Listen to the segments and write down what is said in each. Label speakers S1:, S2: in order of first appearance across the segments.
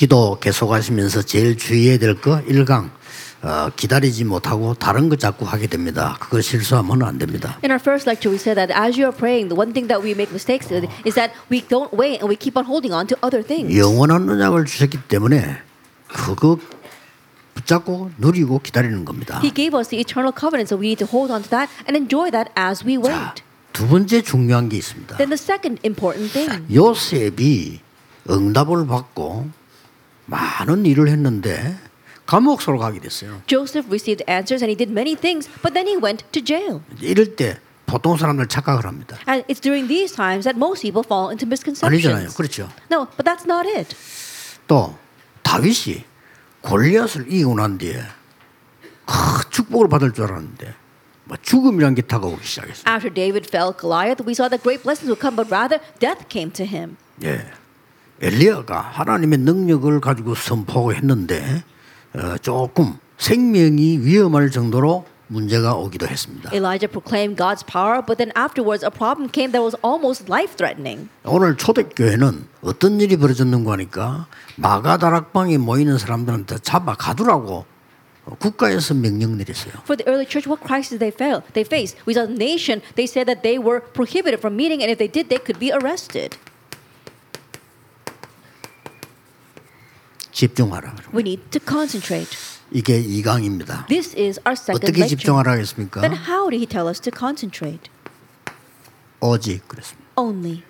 S1: 기도 계속하시면서 제일 주의해야 될 거 일강 어, 기다리지 못하고 다른 거 자꾸 하게 됩니다. 그걸 실수하면 안 됩니다.
S2: In our first lecture, we said that as you are praying, the one thing that we make mistakes with is that we don't wait and we keep on holding on to other things.
S1: 영원한 언약을 주셨기 때문에 그거 붙잡고 누리고 기다리는 겁니다.
S2: He gave us the eternal covenant, so we need to hold on to that and enjoy that as we
S1: 자,
S2: wait.
S1: 두 번째 중요한 게 있습니다.
S2: Then the second important thing
S1: 요셉이 응답을 받고 많은 일을 했는데 감옥소로 가게 됐어요.
S2: Joseph received answers and he did many things, but then he went to jail.
S1: 이럴 때 보통 사람들 착각을 합니다.
S2: And it's during these times that most people fall into
S1: 아니잖아요.
S2: misconceptions.
S1: 그렇죠.
S2: No, but that's not it.
S1: 또 다윗이 골리앗을 이기고 난 뒤에 큰 축복을 받을 줄 알았는데 뭐 죽음이란 게 다가오기 시작했어요.
S2: After David fell Goliath, we saw that great blessings would come, but rather death came to him.
S1: 예. 엘리야가 하나님의 능력을 가지고 선포했는데 어, 조금 생명이 위험할 정도로 문제가 오기도 했습니다.
S2: Elijah proclaimed God's power, but then afterwards a problem came that was almost life threatening.
S1: 오늘 초대교회는 어떤 일이 벌어졌는가 하니까 마가다락방에 모이는 사람들한테 잡아 가두라고 국가에서 명령 내렸어요.
S2: For the early church, what crisis they fell, they faced? We saw the nation, they said that they were prohibited from meeting, and if they did, they could be arrested.
S1: 집중하라.
S2: We need to concentrate.
S1: 이게 이강입니다
S2: This is our second
S1: 어떻게
S2: lecture.
S1: 집중하라 하겠습니까?
S2: Then how did he tell us to concentrate?
S1: 오직 그랬습니다.
S2: Only.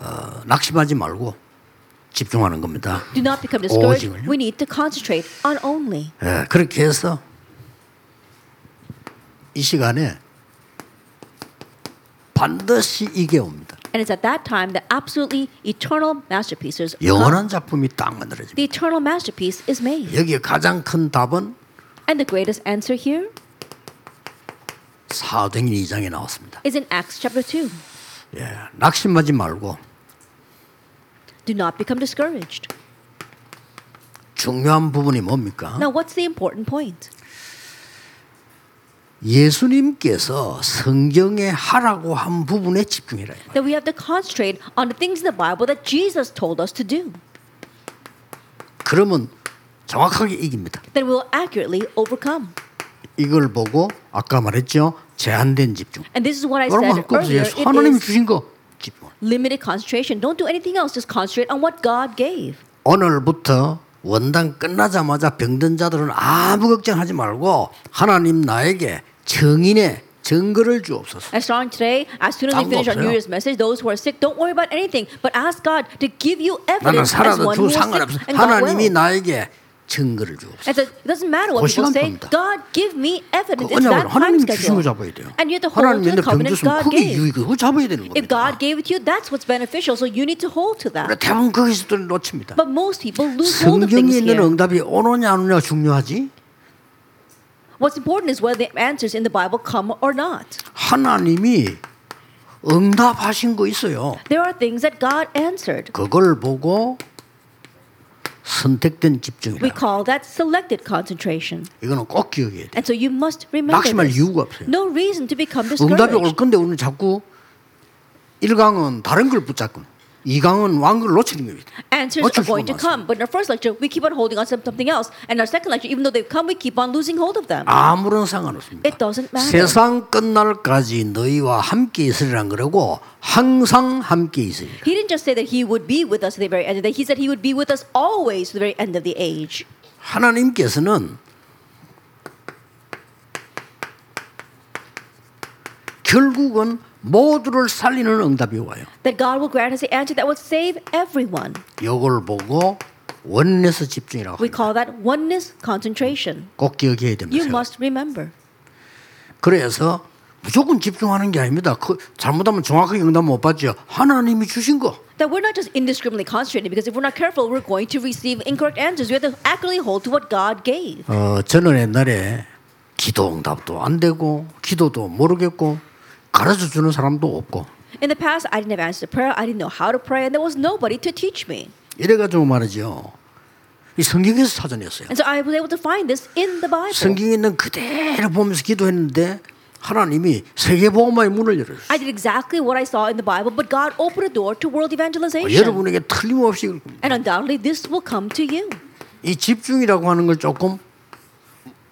S1: 어, 낙심하지 말고 집중하는 겁니다.
S2: Do not become discouraged.
S1: 오직을요?
S2: We need to concentrate on only.
S1: 예, 그렇게 해서 이 시간에 반드시 이게 옵니다.
S2: And it's at that time that absolutely eternal masterpieces come.
S1: 영원한 작품이 딱 만들어집니다.
S2: The eternal masterpiece is made.
S1: 여기에 가장 큰 답은
S2: And the greatest answer here
S1: 사도행전 2장에 나왔습니다.
S2: is in Acts chapter 2.
S1: 예, 낙심하지 말고
S2: Do not become discouraged.
S1: 중요한 부분이 뭡니까?
S2: Now, what's the important point?
S1: 예수님께서 성경에 하라고 한 부분에 집중해라.
S2: That we have to concentrate on the things in the Bible that Jesus told us to do.
S1: 그러면 정확하게 이깁니다.
S2: Then we'll accurately overcome.
S1: 이걸 보고 아까 말했죠 제한된 집중.
S2: And this is what I
S1: 그러면
S2: said
S1: 한꺼번에
S2: earlier.
S1: 예수, 하나님이
S2: It is
S1: 주신 거 집중.
S2: limited concentration. Don't do anything else. Just concentrate on what God gave.
S1: 오늘부터 원당 끝나자마자 병든 자들은 아무 걱정하지 말고 하나님 나에게 정인의 증거를 주옵소서.
S2: And starting today, as soon as we
S1: 딴거
S2: finish our New
S1: 없어요.
S2: Year's message, those who are sick, don't worry about anything, but ask God to give you
S1: 나는
S2: evidence as
S1: 살아도
S2: one who
S1: 두
S2: is
S1: 상관없어.
S2: sick and God
S1: 하나님이
S2: will.
S1: 나에게 증거를 주옵소서.
S2: And so it doesn't matter
S1: 그
S2: what people say.
S1: 시간표입니다.
S2: God, give me
S1: 그
S2: evidence. It's
S1: 언약을
S2: that time
S1: 하나님이 주신 거
S2: schedule.
S1: 잡아야 돼요.
S2: And you have to hold
S1: 하나님이
S2: to
S1: 내
S2: the
S1: 병
S2: covenant
S1: 줬으면
S2: God
S1: 그게
S2: gave.
S1: 유익이 그거 잡아야 되는
S2: If
S1: 겁니다.
S2: God gave it to you, that's what's beneficial. So you need to hold to
S1: 근데
S2: that.
S1: 대부분 거기서 또 놓칩니다.
S2: But most people lose hold of things
S1: 성경에 있는
S2: here.
S1: 응답이 오느냐 안 오느냐 중요하지
S2: What's important is whether the answers in the Bible come or not.
S1: 하나님이 응답하신 거 있어요.
S2: There are things that God answered.
S1: 그걸 보고 선택된
S2: We
S1: 집중이라.
S2: call that selected concentration.
S1: 이거는 꼭 기억해야 돼.
S2: And so you must remember
S1: 낙심할
S2: this.
S1: 이유가 없어요.
S2: No reason to become
S1: 응답이 올
S2: discouraged.
S1: 건데 우리는 자꾸 1강은 다른 걸 붙잡고 2강은 왕걸 놓치는 겁니다.
S2: Answers
S1: 어쩔 수가
S2: are going to
S1: 없어요.
S2: come. But in our first lecture, we keep on holding on to something else. And our second lecture, even though they've come, we keep on losing hold of them.
S1: 아무런 상관없습니다.
S2: It doesn't
S1: Ah.
S2: matter.
S1: 세상 끝날까지 너희와 함께 있으리란 그러고 항상 함께 있으리라.
S2: He didn't just say that he would be with us at the very end of the day. He said he would be with us always to the very end of the age.
S1: 하나님께서는 결국은 모두를 살리는 응답이 와요.
S2: That God will grant us the answer that will save everyone.
S1: 이걸 보고 원에서 집중이라고
S2: We
S1: 합니다.
S2: call that oneness concentration.
S1: 꼭 기억해야
S2: You
S1: 됩니다.
S2: must remember.
S1: 그래서 무조건 집중하는 게 아닙니다. 그 잘못하면 정확하게 응답 못 받죠. 하나님이 주신 거.
S2: That we're not just indiscriminately concentrating because if we're not careful, we're going to receive incorrect answers. We have to accurately hold to what God gave.
S1: 어, 저는 옛날에 기도 응답도 안 되고 기도도 모르겠고 가르쳐 주는 사람도 없고
S2: In the past, I didn't have answers to prayer, I didn't know how to pray, and there was nobody to teach me.
S1: 이래가지고 말이죠. 이 성경에서 찾아냈어요.
S2: And so I was able to find this in the Bible.
S1: 성경에 있는 그대로 보면서 기도했는데 하나님이 세계복음화의 문을 열어주셨어요.
S2: I did exactly what I saw in the Bible, but God opened a door to world
S1: 어,
S2: evangelization.
S1: 여러분에게 틀림없이 그럴 겁니다.
S2: And undoubtedly, this will come to you.
S1: 이 집중이라고 하는 걸 조금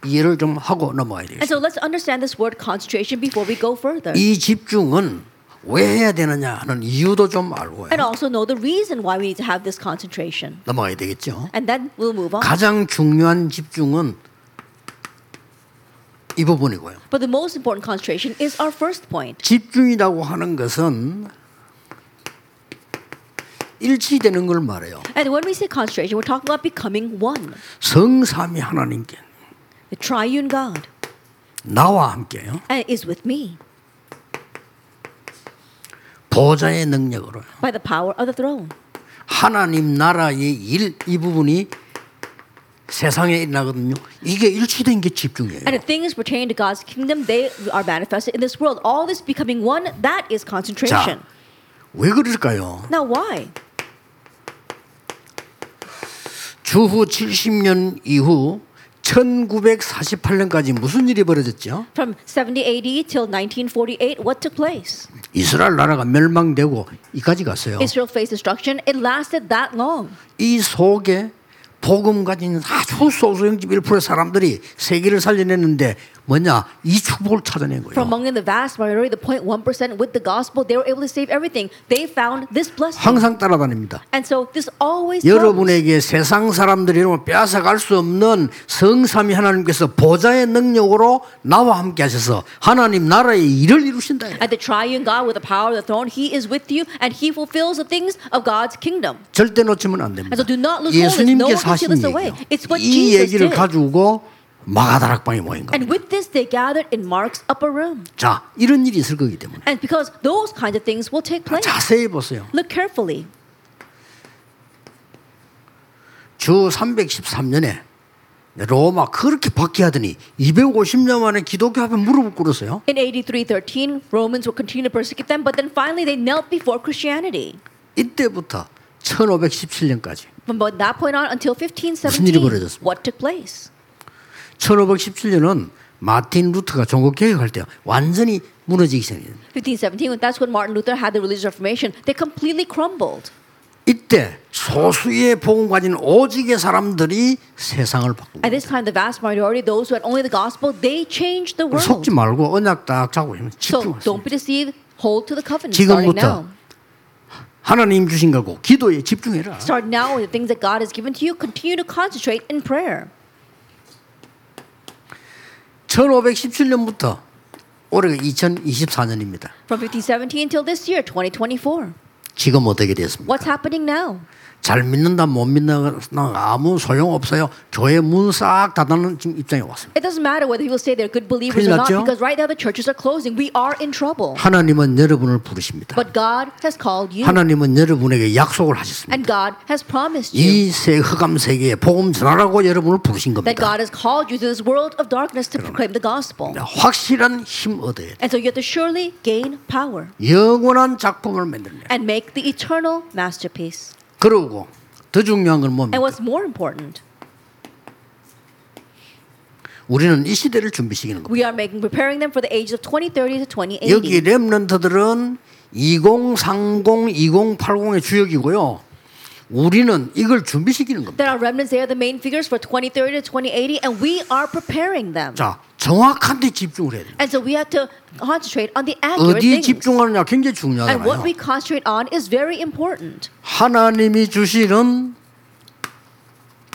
S1: 이해를 좀 하고 넘어가야 되겠습니다.
S2: And so let's understand this word concentration before we go further.
S1: 이 집중은 왜 해야 되느냐 하는 이유도 좀 알고
S2: And also know the reason why we need to have this concentration.
S1: 넘어가야 되겠죠.
S2: And then we'll move on.
S1: 가장 중요한 집중은 이 부분이고요.
S2: But the most important concentration is our first point.
S1: 집중이라고 하는 것은 일치되는 걸 말해요.
S2: And when we say concentration, we're talking about becoming one,
S1: 성삼이 하나님께
S2: the triune God,
S1: 나와 함께요.
S2: and it is with me
S1: 보좌의 능력으로
S2: by the power of the throne.
S1: 하나님 나라의 일 이 부분이 세상에 일어나거든요. 이게 일치된 게 집중이에요.
S2: And the things pertaining to God's kingdom, they are manifested in this world. All this becoming one, that is concentration.
S1: 자, 왜 그럴까요?
S2: Now, why?
S1: 주후 70년 이후 1948년까지 무슨 일이 벌어졌죠?
S2: From 70 AD till 1948, what took place?
S1: 이스라엘 나라가 멸망되고 이까지 갔어요.
S2: Israel faced destruction. It lasted that long.
S1: 이 속에 복음 가진 아주 소수 영집 1%의 사람들이 세계를 살려냈는데 뭐냐? 이 축복을 찾아낸
S2: From
S1: 거예요.
S2: among them, the vast majority, the 0.1%, with the gospel, they were able to save everything. They found this blessing.
S1: 항상 따라다닙니다.
S2: And so this always comes.
S1: 여러분에게 세상 사람들이 이러면 빼앗아갈 수 없는 성삼위 하나님께서 보좌의 능력으로 나와 함께 하셔서 하나님 나라의 일을 이루신다.
S2: And the triune God with the power of the throne, He is with you and He fulfills the things of God's kingdom.
S1: 절대 놓치면 안 됩니다.
S2: And so do not lose hold of it. No one
S1: 예수님께서
S2: can
S1: 하신
S2: steal this
S1: 얘기예요.
S2: away. It's what
S1: 이
S2: Jesus
S1: 얘기를
S2: did.
S1: 가지고 마가다락방에 모인 겁니다.
S2: And with this, they gathered in Mark's upper room.
S1: 자, 이런 일이 있을 거기 때문에
S2: And because those kinds of things will take place.
S1: 자세히 보세요.
S2: Look carefully.
S1: 주 313년에 로마 그렇게 박해하더니 250년 만에 기독교 앞에 무릎을 꿇었어요.
S2: In 8313, Romans will continue to persecute them, but then finally they knelt before Christianity.
S1: 이때부터 1517년까지
S2: From about that point on until
S1: 일이
S2: 1517,
S1: 벌어졌습니까?
S2: what took place?
S1: 1517년은 마틴 루트가 종국 개혁할 때 완전히 무너지기 전이에요.
S2: 1517, that's when Martin Luther had the religious reformation. They completely crumbled.
S1: 이때 소수의 복음 가진 오직의 사람들이 세상을 바꾸고
S2: At this time, the vast majority, those who had only the gospel, they changed the world.
S1: 속지 말고 언약 딱 잡고 있으면
S2: So
S1: 집중하세요.
S2: don't be deceived. Hold to the covenant starting
S1: 지금부터.
S2: now.
S1: 하나님 주신 거고 기도에 집중해라.
S2: Start now with the things that God has given to you. Continue to concentrate in prayer.
S1: 1517년부터 올해가 2024년입니다.
S2: From 1517 till this year, 2024.
S1: 지금 어떻게 됐습니까?
S2: What's happening now?
S1: 잘 믿는다 못 믿는다 아무 소용 없어요. 교회 문 싹 닫아놓은 지금 입장에 왔습니다.
S2: It doesn't matter whether people say they're good believers or not,
S1: 났죠?
S2: because right now the churches are closing. We are in trouble.
S1: 하나님은 여러분을 부르십니다.
S2: But God has called you,
S1: 하나님은 여러분에게 약속을 하셨습니다.
S2: and God has promised you
S1: 이 세 흑암 세계에 복음 전하라고 여러분을 부르신
S2: that
S1: 겁니다.
S2: God has called you to this world of darkness to proclaim the gospel.
S1: 확실한 힘 얻어야 돼.
S2: And so you have to surely gain power
S1: 영원한 작품을 만들면.
S2: and make the eternal masterpiece.
S1: 그러고 더 중요한 건 뭡니까?
S2: And what's more important,
S1: 우리는 이 시대를 준비시키는 겁니다.
S2: we are making preparing them for the ages of 2030 to 2080.
S1: 여기 렘넌트들은 2030, 2080의 주역이고요. 우리는 이걸 준비시키는 겁니다.
S2: There are remnants, they are the main figures for 2030 to 2080, and we are preparing them.
S1: 자, 정확한 데 집중을 해야 돼요.
S2: And so we have to concentrate on the accurate
S1: 어디에
S2: things.
S1: 집중하느냐 굉장히
S2: And what
S1: 중요하잖아요.
S2: we concentrate on is very important.
S1: 하나님이 주시는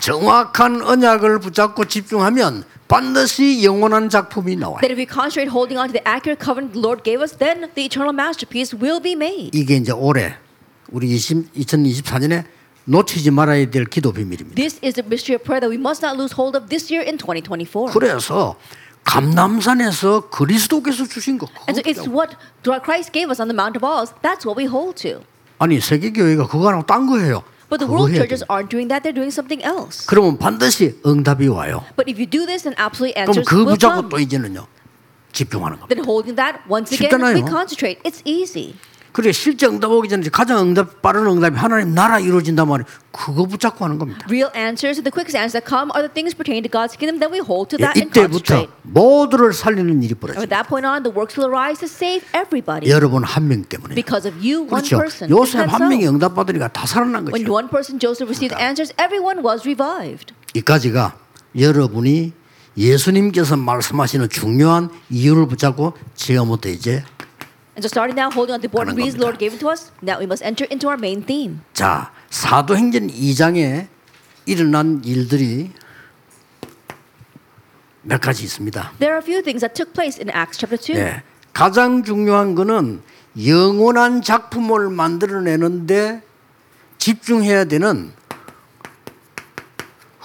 S1: 정확한 언약을 붙잡고 집중하면 반드시 영원한 작품이 나와요.
S2: That if we concentrate holding on to the accurate covenant the Lord gave us, then the eternal masterpiece will be made.
S1: 이게 이제 올해 우리 20, 2024년에 놓치지 말아야 될 기도 비밀입니다.
S2: This is the mystery of prayer that we must not lose hold of this year in 2024.
S1: 그래서 감남산에서 그리스도께서 주신 거
S2: And so
S1: 그거
S2: it's
S1: 보자고.
S2: what Christ gave us on the Mount of Olives. That's what we hold to.
S1: 아니 세계 교회가 그거 하고 딴 거예요.
S2: But the
S1: 그거
S2: world
S1: 해야 돼.
S2: churches aren't doing that. They're doing something else.
S1: 그러면 반드시 응답이 와요.
S2: But if you do this, then absolutely
S1: 그럼
S2: answers
S1: 그
S2: will
S1: 붙잡고
S2: come.
S1: 또 이제는요 집중하는 겁니다.
S2: Then holding that, once again,
S1: 쉽잖아요.
S2: we concentrate. It's easy.
S1: 그래 실제 응답 오기 전에 가장 응답 빠른 응답이 하나님 나라 이루어진단 말이에요. 그거 붙잡고 하는 겁니다.
S2: Real answers, the quickest answers that come are the things pertaining to God's kingdom. Then we hold to
S1: 예,
S2: that and
S1: 이때부터
S2: concentrate.
S1: 모두를 살리는 일이
S2: And
S1: 벌어져요.
S2: at that point on, the works will arise to save everybody
S1: 여러분 한 명 때문에.
S2: because of you, one
S1: 그렇죠.
S2: person.
S1: 요셉
S2: That's
S1: 한 명이
S2: all.
S1: 응답 받으니까 다 살아난 거죠.
S2: When one person, Joseph, received answers, everyone was revived.
S1: 이까지가 여러분이 예수님께서 말씀하시는 중요한 이유를 붙잡고 지금부터 이제
S2: And so, starting now, holding on to the important
S1: 가는
S2: reason the
S1: 겁니다.
S2: Lord gave to us, now we must enter into our main theme.
S1: 자 사도행전 2장에 일어난 일들이 몇 가지 있습니다.
S2: There are a few things that took place in Acts chapter 2.
S1: 예, 가장 중요한 거는 영원한 작품을 만들어내는데 집중해야 되는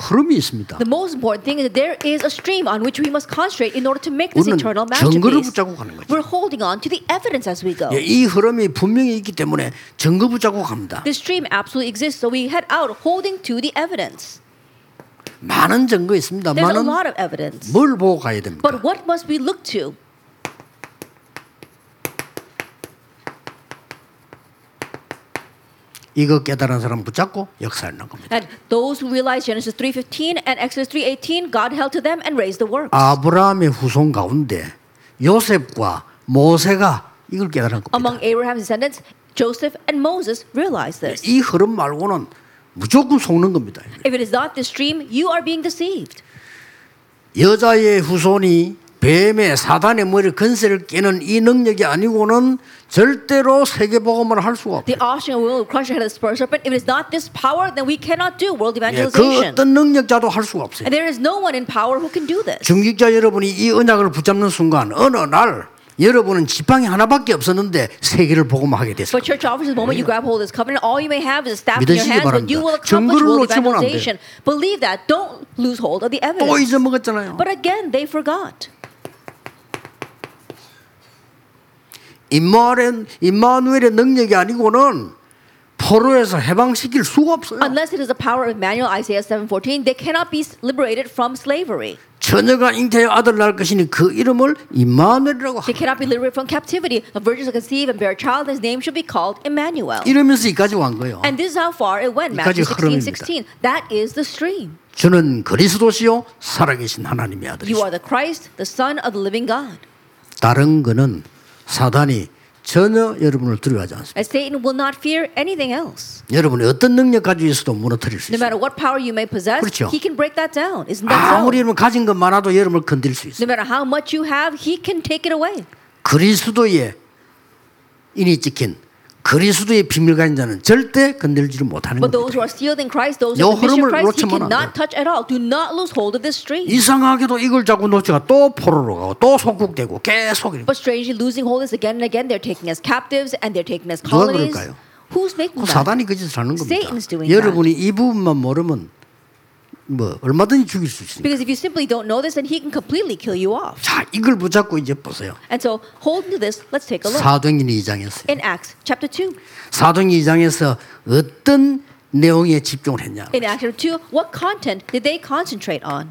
S1: 흐름이 있습니다.
S2: The most important thing is that there is a stream on which we must concentrate in order to make this
S1: 우리는
S2: eternal
S1: 증거를
S2: masterpiece.
S1: 붙잡고 가는 거죠.
S2: We're holding on to the evidence as we go.
S1: 예, 이 흐름이 분명히 있기 때문에 증거 붙잡고 갑니다.
S2: This stream absolutely exists, so we head out holding to the evidence.
S1: 많은 증거 있습니다.
S2: There's a
S1: 많은
S2: lot of evidence.
S1: 뭘 보고 가야 됩니까?
S2: But what must we look to?
S1: 이거 깨달은 사람 붙잡고 역사하는 겁니다.
S2: And those who realize Genesis 3:15 and Exodus 3:18, God held to them and raised the works.
S1: Ah. 아브라함의 후손 가운데 요셉과 모세가 이걸 깨달은 겁니다.
S2: Among Abraham's descendants, Joseph and Moses realized this.
S1: 이 흐름 말고는 무조건 속는 겁니다.
S2: If it is not this stream, you are being deceived.
S1: 여자의 후손이 뱀의 사단의 머리 근세를 깨는 이 능력이 아니고는 절대로 세계 복음을 할 수가 없어요.
S2: The offspring of woman will crush the head of the spur serpent. If it is not this power, then we cannot do world
S1: 예, 그
S2: evangelization.
S1: 어떤 능력자도 할 수가 없어요.
S2: And there is no one in power who can do this.
S1: 중직자 여러분이 이 언약을 붙잡는 순간 어느 날 여러분은 지팡이 하나밖에 없었는데 세계를 복음하게 됐어요.
S2: But church officers, the moment you grab hold of this covenant, all you may have is a staff in your
S1: 믿으시기
S2: hands, but
S1: 바랍니다.
S2: you will accomplish
S1: 증거를
S2: world
S1: 놓치면 안 돼요.
S2: evangelization. Believe that. Don't lose hold of the
S1: 또
S2: evidence.
S1: 잊어먹었잖아요.
S2: But again, they forgot.
S1: 임마누엘, 임마누엘의 능력이 아니고는 포로에서 해방시킬 수가 없어요.
S2: Unless it is the power of Emmanuel, Isaiah 7:14, they cannot be liberated from slavery.
S1: 처녀가 잉태의 아들 낳을 것이니 그 이름을 임마누엘이라고
S2: They
S1: 하라.
S2: cannot be liberated from captivity. A virgin shall conceive and bear a child. His name shall be called Emmanuel.
S1: 이러면서 이까지 간 거예요.
S2: And this is how far it went.
S1: 이까지
S2: Matthew 16,
S1: 흐름입니다.
S2: 16. That is the stream.
S1: 주는 그리스도시요 살아계신 하나님의 아들이시.
S2: You are the Christ, the Son of the living God.
S1: 다른 거는 사단이 전혀 여러분을 두려워하지 않습니다.
S2: And Satan will not fear anything else.
S1: 여러분이 어떤 능력 가지고 있어도 무너뜨릴 수
S2: No
S1: 있어요.
S2: matter what power you may possess,
S1: 그렇죠.
S2: he can break that down. Isn't that
S1: 아무리
S2: so?
S1: 여러분 가진 것 많아도 여러분을 건드릴 수 있어요.
S2: No matter how much you have, he can take it away.
S1: 그리스도의 인이 찍힌 그리스도의 비밀 가진 자는 절대 건들지를 못하는
S2: But
S1: 겁니다.
S2: those who are sealed in Christ, those
S1: 요
S2: who are the mission
S1: 흐름을
S2: of Christ, he
S1: 놓치면 안
S2: cannot
S1: 돼요.
S2: touch at all. Do not lose hold of this stream.
S1: 이상하게도 이걸 자꾸 놓치가 또 포로로 가고 또 속국되고 계속 이래.
S2: But strangely, losing hold is again and again. They're taking as captives and they're taking as
S1: 누가
S2: colonies.
S1: 그럴까요?
S2: Who's making
S1: 그
S2: that?
S1: 사단이 그 짓을 하는 겁니다.
S2: Satan's doing
S1: 여러분이 이 부분만 모르면 뭐 얼마든지 죽일 수 있습니다.
S2: Because if you simply don't know this, then he can completely kill you off.
S1: 자, 이걸 붙잡고 이제 보세요.
S2: And so, holding to this, let's take a look.
S1: 사도행전 2장에서
S2: In Acts chapter 2.
S1: 사도행전 2장에서 어떤 내용에 집중을 했냐?
S2: In Acts chapter 2, what content did they concentrate on?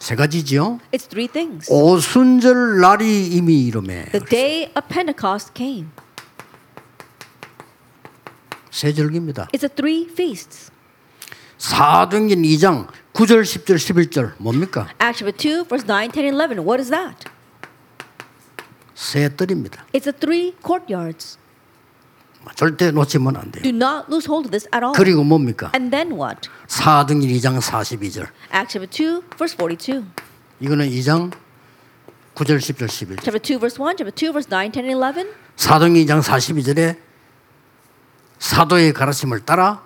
S1: 세 가지지요.
S2: It's three things.
S1: 오순절 날이 이미 이름에
S2: The day of Pentecost came.
S1: 세 절기입니다.
S2: It's the three feasts.
S1: 사도행전 2장 9절, 10절, 11절 뭡니까?
S2: Acts chapter 2, verse 9, 10, and 11. What is that?
S1: 세 뜰입니다. 뭐
S2: It's the three courtyards.
S1: 절대 놓치면 안 돼요.
S2: Do not lose hold of this at all.
S1: 그리고 뭡니까?
S2: And then what?
S1: 사도행전 2장 42절.
S2: Acts chapter 2, verse 42.
S1: 이거는 2장 9절, 10절, 11절.
S2: Chapter 2, verse 1, chapter 2, verse 9, 10, and 11.
S1: 사도행전 2장 42절에 사도의 가르침을 따라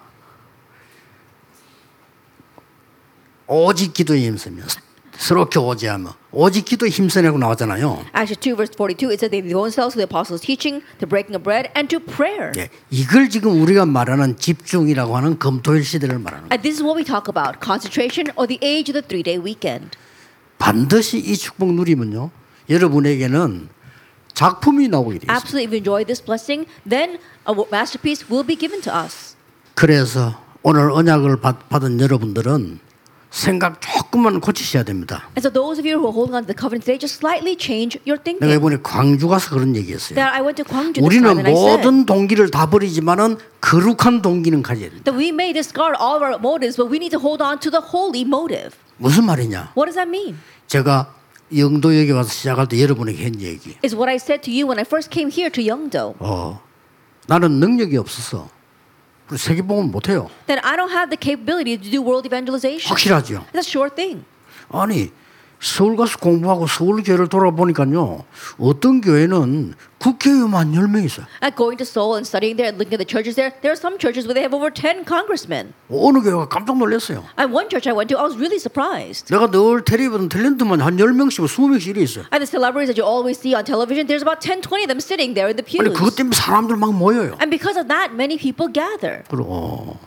S1: 오직 기도에 힘쓰며 서로 교제하며 오직 기도에 힘쓰라고 나왔잖아요.
S2: Acts chapter 2, verse 42, it says they devote themselves to the apostles' teaching, to breaking of bread, and to prayer.
S1: 예, 이걸 지금 우리가 말하는 집중이라고 하는 검토일 시대를 말하는 거예요.
S2: And this is what we talk about concentration or the age of the three day weekend.
S1: 반드시 이 축복 누리면요. 여러분에게는 작품이 나오게 되어 있습니다.
S2: Absolutely, if you enjoy this blessing, then a wo- masterpiece will be given to us.
S1: 그래서 오늘 언약을 받, 받은 여러분들은 생각 조금만 고치셔야 됩니다.
S2: And so those of you who are holding on to the covenant today, just slightly change your
S1: 내가
S2: thinking.
S1: 이번에 광주 가서 그런 얘기했어요.
S2: That I went to Gwangju this time
S1: 우리는
S2: and I said
S1: 모든 동기를 다 버리지만은 거룩한 동기는 가져야 된다.
S2: that we may discard all of our motives, but we need to hold on to the holy motive.
S1: 무슨 말이냐?
S2: What does that mean?
S1: 제가 영도역에 와서 시작할 때 여러분에게 한 얘기.
S2: Is what I said to you when I first came here to Yeongdo.
S1: 어, 나는 능력이 없어서 그리고 세계복음 못해요.
S2: That I don't have the capability to do world evangelization.
S1: 확실하죠.
S2: That's a sure thing.
S1: 아니 서울 가서 공부하고 서울 교회를 돌아보니까요. 어떤 교회는 국회의원만 10명 있어요.
S2: At going to Seoul and studying there and looking at the churches there, there are some churches where they have over 10 congressmen.
S1: 어느 교회가 깜짝 놀랐어요.
S2: At one church I went to, I was really surprised.
S1: 내가 늘 텔레비전 탤런트만 한 10명씩 뭐 20명씩 이래 있어요.
S2: And the celebrities that you always see on television, there's about 10, 20 of them sitting there in the
S1: 아니 그것
S2: pews.
S1: 때문에 사람들 막 모여요.
S2: And because of that, many people gather.
S1: 그리고 어,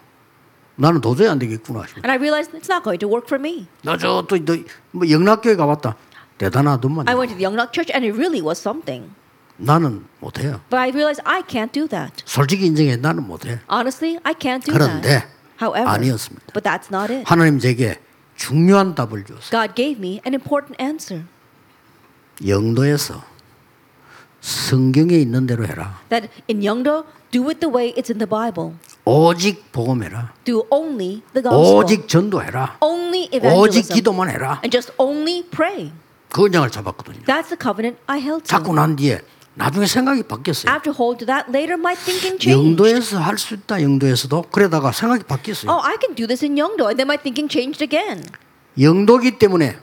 S1: 나는 도저히 안 되겠구나 싶어.
S2: And I realized it's not going to work for me.
S1: 나저또뭐 영락교회 가봤다. 대단하더만.
S2: I went to the Young Church and it really was something.
S1: 나는 못해요.
S2: But I realized I can't do that.
S1: 솔직히 인정해 나는 못해.
S2: Honestly, I can't do
S1: 그런데
S2: that. However,
S1: 아니었습니다.
S2: but that's not it.
S1: 하나님 제게 중요한 답을 주었어요.
S2: God gave me an important answer
S1: 영도에서 성경에 있는 대로 해라.
S2: that in Yeongdo, do it the way it's in the Bible.
S1: 오직 복음해라.
S2: Do only the gospel.
S1: 오직 전도해라.
S2: only
S1: 오직
S2: evangelism.
S1: 기도만 해라.
S2: and just only pray.
S1: 그 언약을 잡았거든요.
S2: That's the covenant I held
S1: 잡고
S2: to.
S1: 난 뒤에 나중에 생각이 바뀌었어요.
S2: After hold to that, later my thinking changed.
S1: 영도에서 할 수 있다. 영도에서도 그러다가 생각이 바뀌었어요.
S2: Oh, I can do this in Yeongdo. And then my thinking changed again.
S1: 영도기 때문에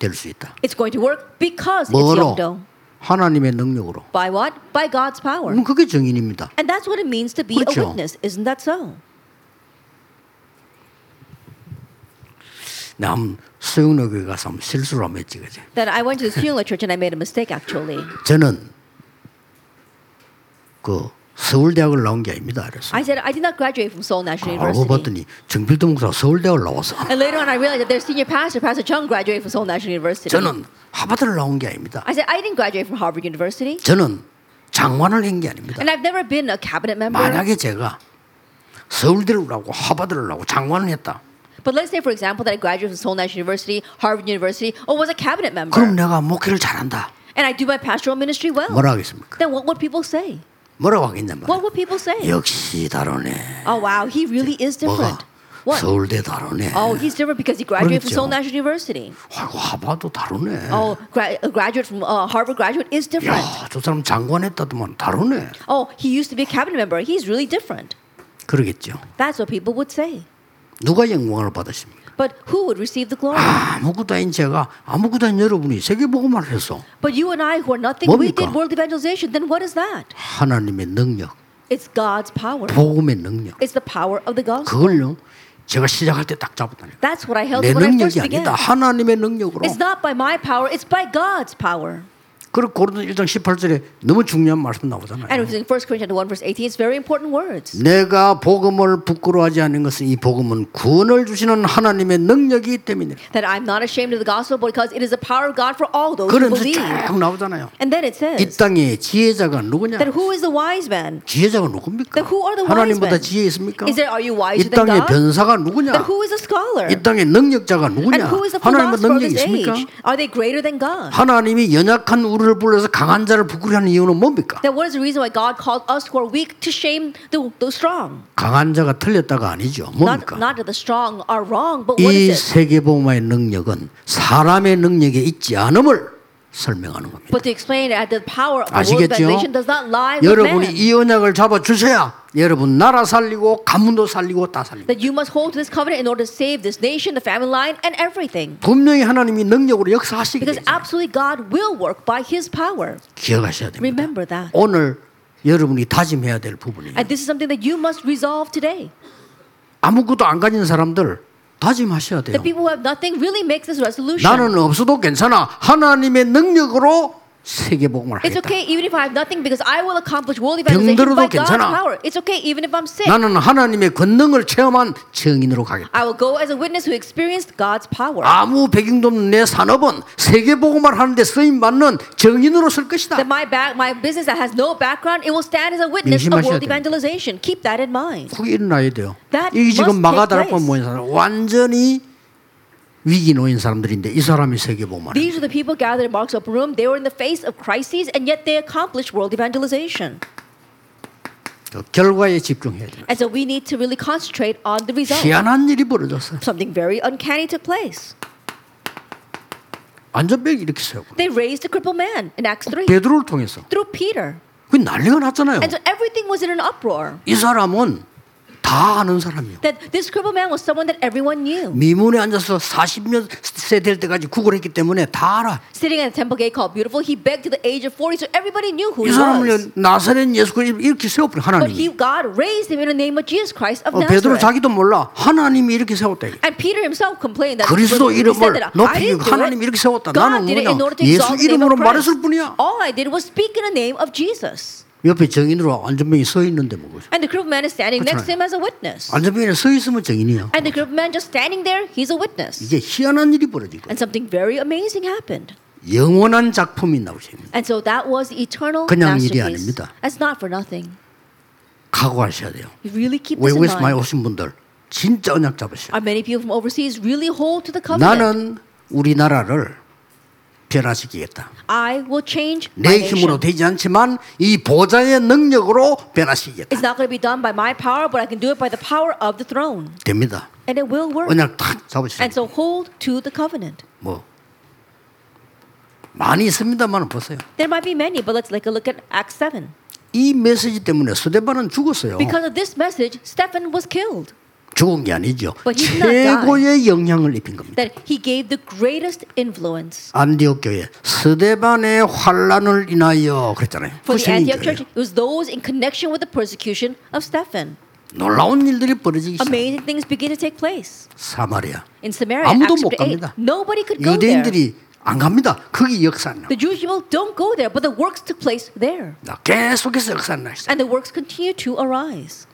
S1: 될 수 있다.
S2: It's going to work because it's
S1: 뭐로?
S2: Yeongdo.
S1: 하나님의 능력으로.
S2: By what? By God's power.
S1: 그럼 그게 정인입니다.
S2: And that's what it means to be a
S1: 그렇죠.
S2: witness. Isn't that so?
S1: 나 한번 수영로교에 가서 한번 실수를 한번 했지 그제.
S2: That I went to the Suyungla church and I made a mistake actually.
S1: 저는 그 서울대학을 나온 게 아닙니다. 네, 그래서
S2: I said I did not graduate from Seoul National
S1: 알고 봤더니
S2: University.
S1: 정필도 목사 서울대학을 나와서
S2: And later on I realized that their senior pastor, Pastor Chung, graduated from Seoul National University.
S1: 저는 하버드를 나온 게 아닙니다.
S2: I said I didn't graduate from Harvard University.
S1: 저는 장관을 한 게 아닙니다.
S2: And I've never been a cabinet member.
S1: 만약에 제가 서울대를 나오고 하버드를 나오고 장관을 했다.
S2: But let's say, for example, that I graduated from Seoul National University, Harvard University, or was a cabinet member,
S1: 그럼 내가 목회를 잘한다.
S2: and I do my pastoral ministry well.
S1: 뭐라 하겠습니까?
S2: Then what would people say?
S1: 뭐라고 하겠냐 말이야.
S2: What would people say?
S1: 역시 다르네.
S2: Oh wow, he really is
S1: 뭐가
S2: different. What?
S1: 서울대 다르네.
S2: Oh, he's different because he
S1: 그러겠죠.
S2: graduated from Seoul National University.
S1: 아이고 하버드 다르네.
S2: Oh, gra- a graduate from uh, Harvard graduate is different.
S1: 야, 저 사람 장관했다더만 다르네.
S2: Oh, he used to be a cabinet member. He's really different.
S1: 그러겠죠.
S2: That's what people would say.
S1: 누가 영광을 받으십니까?
S2: But who would receive the glory?
S1: 아무것도 아닌 제가 아무것도 아닌 여러분이 세계복음을 해서
S2: But you and I, who are nothing, we
S1: 뭡니까?
S2: did world evangelization. Then what is that?
S1: 하나님의 능력,
S2: It's God's power.
S1: 복음의 능력.
S2: It's the power of the gospel.
S1: 그걸요. 제가 시작할 때 딱 잡았다니까.
S2: That's what I held
S1: 내
S2: to when I
S1: 능력이
S2: first began.
S1: 아니다. 하나님의 능력으로.
S2: It's not by my power, it's by God's power.
S1: 그리고 고린도 1장 18절에 너무 중요한 말씀 나오잖아요.
S2: And within 1 Corinthians 1 verse 18, it's very important words.
S1: 내가 복음을 부끄러워하지 않는 것은 이 복음은 구원을 주시는 하나님의 능력이기 때문이라.
S2: That I'm not ashamed of the gospel because it is the power of God for all those who
S1: 그러면서
S2: believe.
S1: 쫙 나오잖아요.
S2: And then
S1: 이
S2: it says
S1: 땅에 지혜자가 누구냐?
S2: that who is the wise man?
S1: 지혜자가 누굽니까?
S2: Then who are the wise
S1: 하나님보다
S2: men?
S1: 지혜 있습니까?
S2: Is there- are you wiser
S1: 이
S2: than
S1: 땅에
S2: God?
S1: 변사가
S2: Then
S1: 누구냐?
S2: who is the scholar?
S1: 이 땅에 능력자가
S2: And
S1: 누구냐?
S2: who is the
S1: 하나님보다
S2: philosopher of
S1: 능력이
S2: this
S1: 있습니까?
S2: age? Are they greater than God?
S1: 하나님이 연약한 우리를 불러서 강한 자를 부끄러워하는 이유는 뭡니까?
S2: Then what is the reason why God called us who are weak to shame the, the strong?
S1: 강한 자가 틀렸다가 아니죠.
S2: Not,
S1: 뭡니까?
S2: not that the strong are wrong, but what
S1: 이
S2: is it?
S1: 세계복음화의 능력은 사람의 능력에 있지 않음을 설명하는 겁니다.
S2: But to explain that the power of the world
S1: 아시겠죠?
S2: organization does not lie with
S1: 여러분이
S2: man.
S1: 이 언약을 잡아 주셔야 여러분 나라 살리고 가문도 살리고 다 살리고
S2: that you must hold to this covenant in order to save this nation, the family line, and everything.
S1: 분명히 하나님이 능력으로 역사하시기
S2: Because
S1: 때문에
S2: absolutely God will work by His power.
S1: 기억하셔야 됩니다.
S2: Remember that.
S1: 오늘 여러분이 다짐해야 될 부분이에요.
S2: And this is something that you must resolve today.
S1: 아무것도 안 가진 사람들 다짐하셔야 돼요.
S2: The people who have nothing really makes this resolution.
S1: 나는 없어도 괜찮아. 하나님의 능력으로 세계복음을
S2: It's
S1: 하겠다.
S2: okay even if I have nothing because I will accomplish world
S1: 병들어도
S2: evangelization by God's
S1: 괜찮아.
S2: power. It's okay even if I'm sick.
S1: 나는 하나님의 권능을 체험한 증인으로 가겠다.
S2: I will go as a witness who experienced God's power.
S1: 아무 배경도 없는 내 산업은 세계복음을 하는데 쓰임 받는 증인으로 쓸 것이다.
S2: That my back, my business that has no background, it will stand as a witness of
S1: 명심하셔야
S2: world
S1: 됩니다.
S2: evangelization. Keep that in mind.
S1: 그게 일어나야 돼요.
S2: That
S1: 이게 지금
S2: must take
S1: 마가다라고
S2: place.
S1: 모인 사람 완전히 위기 놓인 사람들인데 이 사람이 세계 복음을
S2: These are the people gathered in Mark's upper room. They were in the face of crises, and yet they accomplished world evangelization.
S1: 그 결과에 집중해야 돼요.
S2: And so we need to really concentrate on the result.
S1: 희한한 일이 벌어졌어요.
S2: Something very uncanny took place.
S1: 안전벨 이렇게 세우고
S2: They raised a crippled man in Acts 3
S1: 베드로를 통해서
S2: through Peter.
S1: 그 난리가 났잖아요.
S2: And so everything was in an uproar.
S1: 이 사람은 다 아는 사람이요.
S2: That this crippled man was someone that everyone knew.
S1: 미문에 앉아서 40년 세 될 때까지 구걸했기 때문에 다 알아.
S2: Sitting at a temple gate called Beautiful, he begged to the age of 40, so everybody knew who
S1: 이
S2: he was.
S1: 사람을 나사렛 예수 그리스도 이렇게 세워버린
S2: But
S1: 하나님.
S2: he, God raised him in the name of Jesus Christ of
S1: 어, 베드로 Oh,
S2: Nazareth.
S1: 자기도 몰라 하나님이 이렇게 세웠다. 이게.
S2: And Peter himself complained that he
S1: 그리스도
S2: said
S1: 이름을
S2: that I
S1: 높이
S2: didn't do
S1: 하나님 이렇게 세웠다.
S2: it. God
S1: 나는
S2: did it
S1: 그냥
S2: in order to
S1: 예수
S2: exalt the name
S1: 이름으로
S2: of
S1: 말했을
S2: Christ.
S1: 뿐이야.
S2: All I did was speak in the name of Jesus.
S1: 옆에 정인으로 안전병이 서 있는데 뭐죠?
S2: And the crippled man is standing next
S1: 그렇잖아요.
S2: to him as a witness.
S1: 안전병이 서 있으면 정인이야.
S2: And the crippled man just standing there, he's a witness.
S1: 이게 희한한 일이 벌어지고
S2: And something very amazing happened.
S1: 영원한 작품이 나오십니다.
S2: And so that was the eternal
S1: 그냥 일이
S2: masterpiece.
S1: 아닙니다.
S2: That's not for nothing.
S1: 각오하셔야 돼요.
S2: You really keep this in
S1: 외국에서 많이
S2: mind.
S1: 오신 분들 진짜 언약 잡으셔.
S2: Are many people from overseas really hold to the covenant?
S1: 나는 우리나라를 변화시키겠다.
S2: I will change my
S1: 내 힘으로
S2: nation.
S1: 되지 않지만 이 보좌의 능력으로 변화시키겠다.
S2: It's not going to be done by my power, but I can do it by the power of the throne.
S1: 됩니다.
S2: And it will work.
S1: 언약 탁 잡으시죠.
S2: And so hold to the covenant.
S1: 뭐 많이 있습니다만 보세요.
S2: There might be many, but let's take a look at Acts 7.
S1: 이 메시지 때문에 스데반은 죽었어요.
S2: Because of this message, Stephen was killed.
S1: 죽은 게 아니죠.
S2: But he did not die.
S1: 최고의 영향을 입힌 겁니다.
S2: That he gave the greatest influence.
S1: 안디옥 교회 스데반의 환란을 인하여 그랬잖아요.
S2: For the
S1: 그리스도인
S2: Antioch
S1: 교회.
S2: church, it was those in connection with the persecution of Stephen.
S1: 놀라운 일들이 벌어지기 시작.
S2: Amazing things begin to take place.
S1: 사마리아.
S2: In Samaria,
S1: 아무도
S2: Acts
S1: 못 갑니다.
S2: chapter 8, nobody could go there.
S1: 유대인들이 안 갑니다. 거기 역사나.
S2: The Jewish people don't go there, but the works took place there.
S1: 계속해서 역사나.
S2: And the works continue to arise.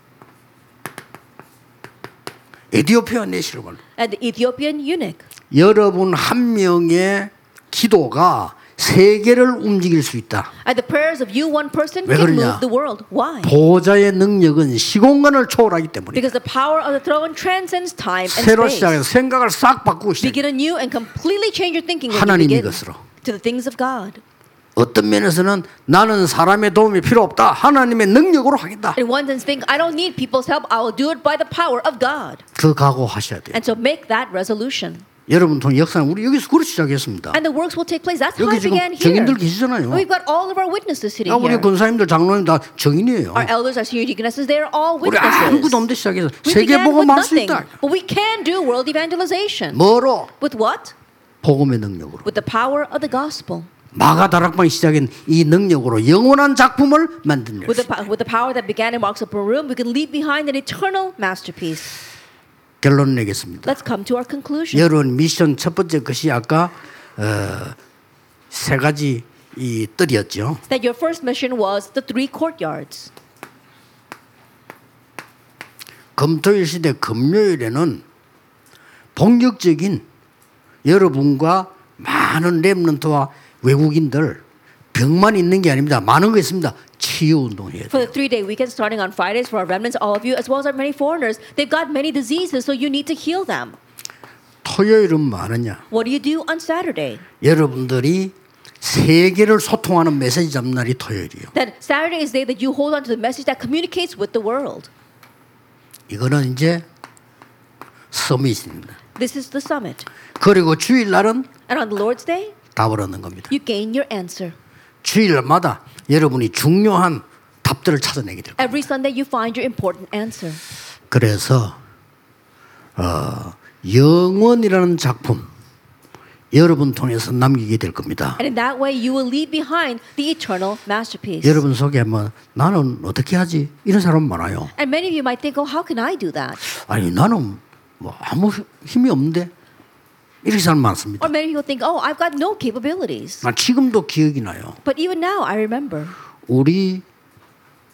S1: 에디오피아 내시로만
S2: And the Ethiopian eunuch.
S1: 여러분 한 명의 기도가 세계를 움직일 수 있다.
S2: And the prayers of you, one person,
S1: 왜
S2: can
S1: 그러냐?
S2: move the world. Why?
S1: 보좌의 능력은 시공간을 초월하기 때문에
S2: Because the power of the throne transcends time
S1: 새로
S2: and
S1: 시작해서
S2: space.
S1: 생각을 싹 바꾸고 시작.
S2: Begin anew and completely change your thinking when you
S1: 하나님의
S2: begin
S1: 것으로.
S2: to the things of God.
S1: 어떤 면에서는 나는 사람의 도움이 필요 없다. 하나님의 능력으로 하겠다.
S2: And one sense think, I don't need people's help. I will do it by the power of God.
S1: 그 각오하셔야 돼요.
S2: And so make that resolution.
S1: 여러분 통해 역사는 우리 여기서 그렇게 시작했습니다.
S2: And the works will take place. That's how
S1: 여기
S2: it
S1: 지금
S2: began here.
S1: 증인들 계시잖아요.
S2: We've got all of our witnesses sitting
S1: 야, 아, 우리
S2: here.
S1: 권사님들 장로님 다 정인이에요.
S2: Our elders, our senior deaconesses, they are all
S1: 우리 아무것도
S2: witnesses.
S1: 없는데 시작해서
S2: We
S1: 세계
S2: began with
S1: 복음할 수
S2: nothing,
S1: 있다.
S2: but we can do world evangelization.
S1: 뭐로?
S2: With what?
S1: 복음의 능력으로.
S2: With the power of the gospel.
S1: 마가 다락방이 시작인 이 능력으로 영원한 작품을 만든 일.
S2: With the, po- with the power that began in Mark's upper room, we can leave behind an eternal masterpiece.
S1: 결론 내겠습니다.
S2: Let's come to our conclusion.
S1: 여러분 미션 첫 번째 것이 아까 어, 세 가지 이 뜰이었죠.
S2: that your first mission was the three courtyards.
S1: 금토일 시대 금요일에는 본격적인 여러분과 많은 렘런트와 외국인들 병만 있는 게 아닙니다. 많은 거 있습니다. 치유 운동해야 돼요.
S2: For the three day weekend starting on Fridays for our remnants, all of you, as well as our many foreigners, they've got many diseases, so you need to heal them.
S1: 토요일은 많으냐?
S2: What do you do on Saturday?
S1: 여러분들이 세계를 소통하는 메시지 잡는 날이 토요일이에요.
S2: Then Saturday is the day that you hold on to the message that communicates with the world.
S1: 이거는 이제 서밋입니다.
S2: This is the summit.
S1: 그리고 주일날은
S2: And on the Lord's Day,
S1: 답을 얻는 겁니다.
S2: you gain your answer.
S1: 주일마다 여러분이 중요한 답들을 찾아내게 됩니다.
S2: Every Sunday, you find your important answer.
S1: 그래서 어, 영원이라는 작품 여러분 통해서 남기게 될 겁니다.
S2: And in that way, you will leave behind the eternal masterpiece.
S1: 여러분 속에 뭐 나는 어떻게 하지 이런 사람 많아요.
S2: And many of you might think, oh, how can I do that?
S1: 아니 나는 뭐 아무 힘이 없는데 이렇게 사람 많습니다.
S2: Or many people think, oh, I've got no capabilities.
S1: 나 지금도 기억이 나요.
S2: But even now, I remember.
S1: 우리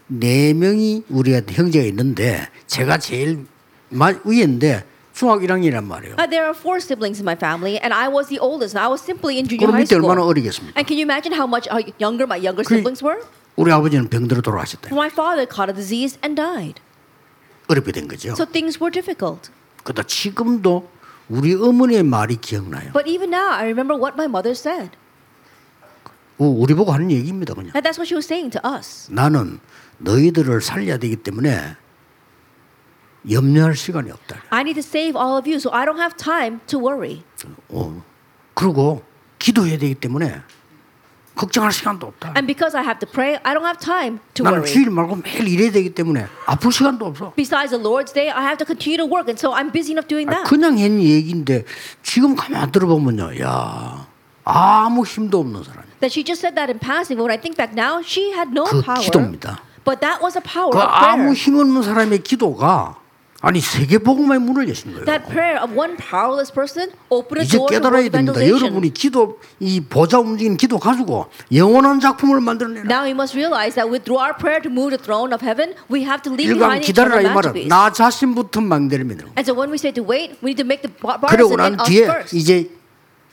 S1: 네 명이 우리한테 형제가 있는데 제가 제일 마- 위인데 중학 1학년이란 말이에요.
S2: Uh, there are four siblings in my family, and I was the oldest. And I was simply in junior
S1: 그럼
S2: high
S1: 밑에
S2: school.
S1: 얼마나 어리겠습니까?
S2: And can you imagine how much uh, younger my younger
S1: 그-
S2: siblings were?
S1: 우리 아버지는 병들어 돌아가셨다.
S2: My father caught a disease and died.
S1: 어렵게 된 거죠.
S2: So things were difficult.
S1: 그다 지금도 우리 어머니의 말이 기억나요.
S2: But even now, I remember what my mother said.
S1: 어, 우리 보고 하는 얘기입니다, 그냥.
S2: And that's what she was saying to us.
S1: 나는 너희들을 살려야 되기 때문에 염려할 시간이 없다.
S2: I need to save all of you, so I don't have time to worry.
S1: 어. 그리고 기도해야 되기 때문에 걱정할 시간도 없다.
S2: And because I have to pray, I don't have time to
S1: 나는
S2: worry.
S1: 주일 말고 매일 일해야 되기 때문에 아플 시간도 없어.
S2: Besides the Lord's day, I have to continue to work, and so I'm busy enough doing
S1: 아,
S2: that.
S1: 그냥 했 얘기인데 지금 가만 들어보면요, 야 아무 힘도 없는 사람이.
S2: That she just said that in passing, but when I think back now, she had no
S1: 그
S2: power.
S1: 기도입니다.
S2: But that was a power
S1: 그
S2: of
S1: 아무
S2: prayer.
S1: 힘 없는 사람의 기도가 아니 세계 복음의 문을 여신 거예요.
S2: That prayer of one powerless person opened a
S1: 이제
S2: door to
S1: 깨달아야
S2: world
S1: 됩니다.
S2: evangelization.
S1: 여러분이 기도 이 보좌 움직이는 기도 가지고 영원한 작품을 만들어내라.
S2: Now we must realize that with through our prayer to move the throne of heaven, we have to leave
S1: 일강
S2: behind the
S1: 기다려라
S2: eternal
S1: 이 말은
S2: masterpiece.
S1: 나 자신부터 망대립니다.
S2: And so when we say to wait, we need to make the bar- bars
S1: 그러고
S2: and
S1: 난
S2: then us
S1: 뒤에
S2: first.
S1: 이제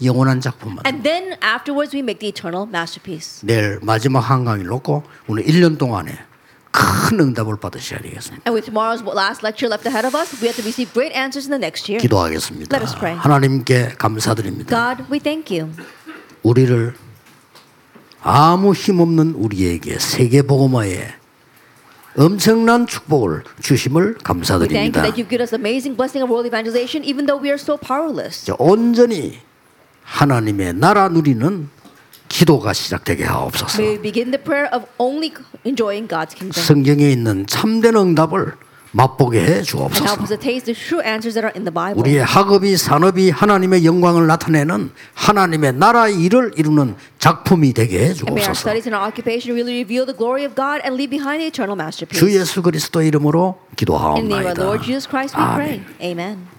S1: 영원한 작품 만들.
S2: And then afterwards, we make the eternal masterpiece.
S1: 내일 마지막 한강을 놓고 오늘 1년 동안에 큰 응답을 받으셔야 되겠습니다.
S2: And with tomorrow's last lecture left ahead of us, we have to receive great answers in the next year.
S1: 기도하겠습니다.
S2: Let us pray.
S1: 하나님께 감사드립니다.
S2: God, we thank you
S1: 우리를 아무 힘 없는 우리에게 세계 복음화에 엄청난 축복을 주심을
S2: We thank you
S1: 감사드립니다.
S2: that you've given us amazing blessing of world evangelization, even though we are so powerless.
S1: 이제 온전히 하나님의 나라 누리는 기도가 시작되게 하옵소서.
S2: May we begin the prayer of only enjoying God's kingdom
S1: 성경에 있는 참된 응답을 맛보게 해
S2: and help
S1: 주옵소서.
S2: us to taste the true answers that are in the Bible.
S1: 우리의 학업이 산업이 하나님의 영광을 나타내는 하나님의 나라의 일을 이루는 작품이 되게 해
S2: And may our
S1: 주옵소서.
S2: studies and our occupation really reveal the glory of God and leave behind the eternal masterpiece.
S1: 주 예수 그리스도 이름으로
S2: In the name
S1: 기도하옵나이다.
S2: of our Lord Jesus Christ, we
S1: 아멘.
S2: pray. Amen.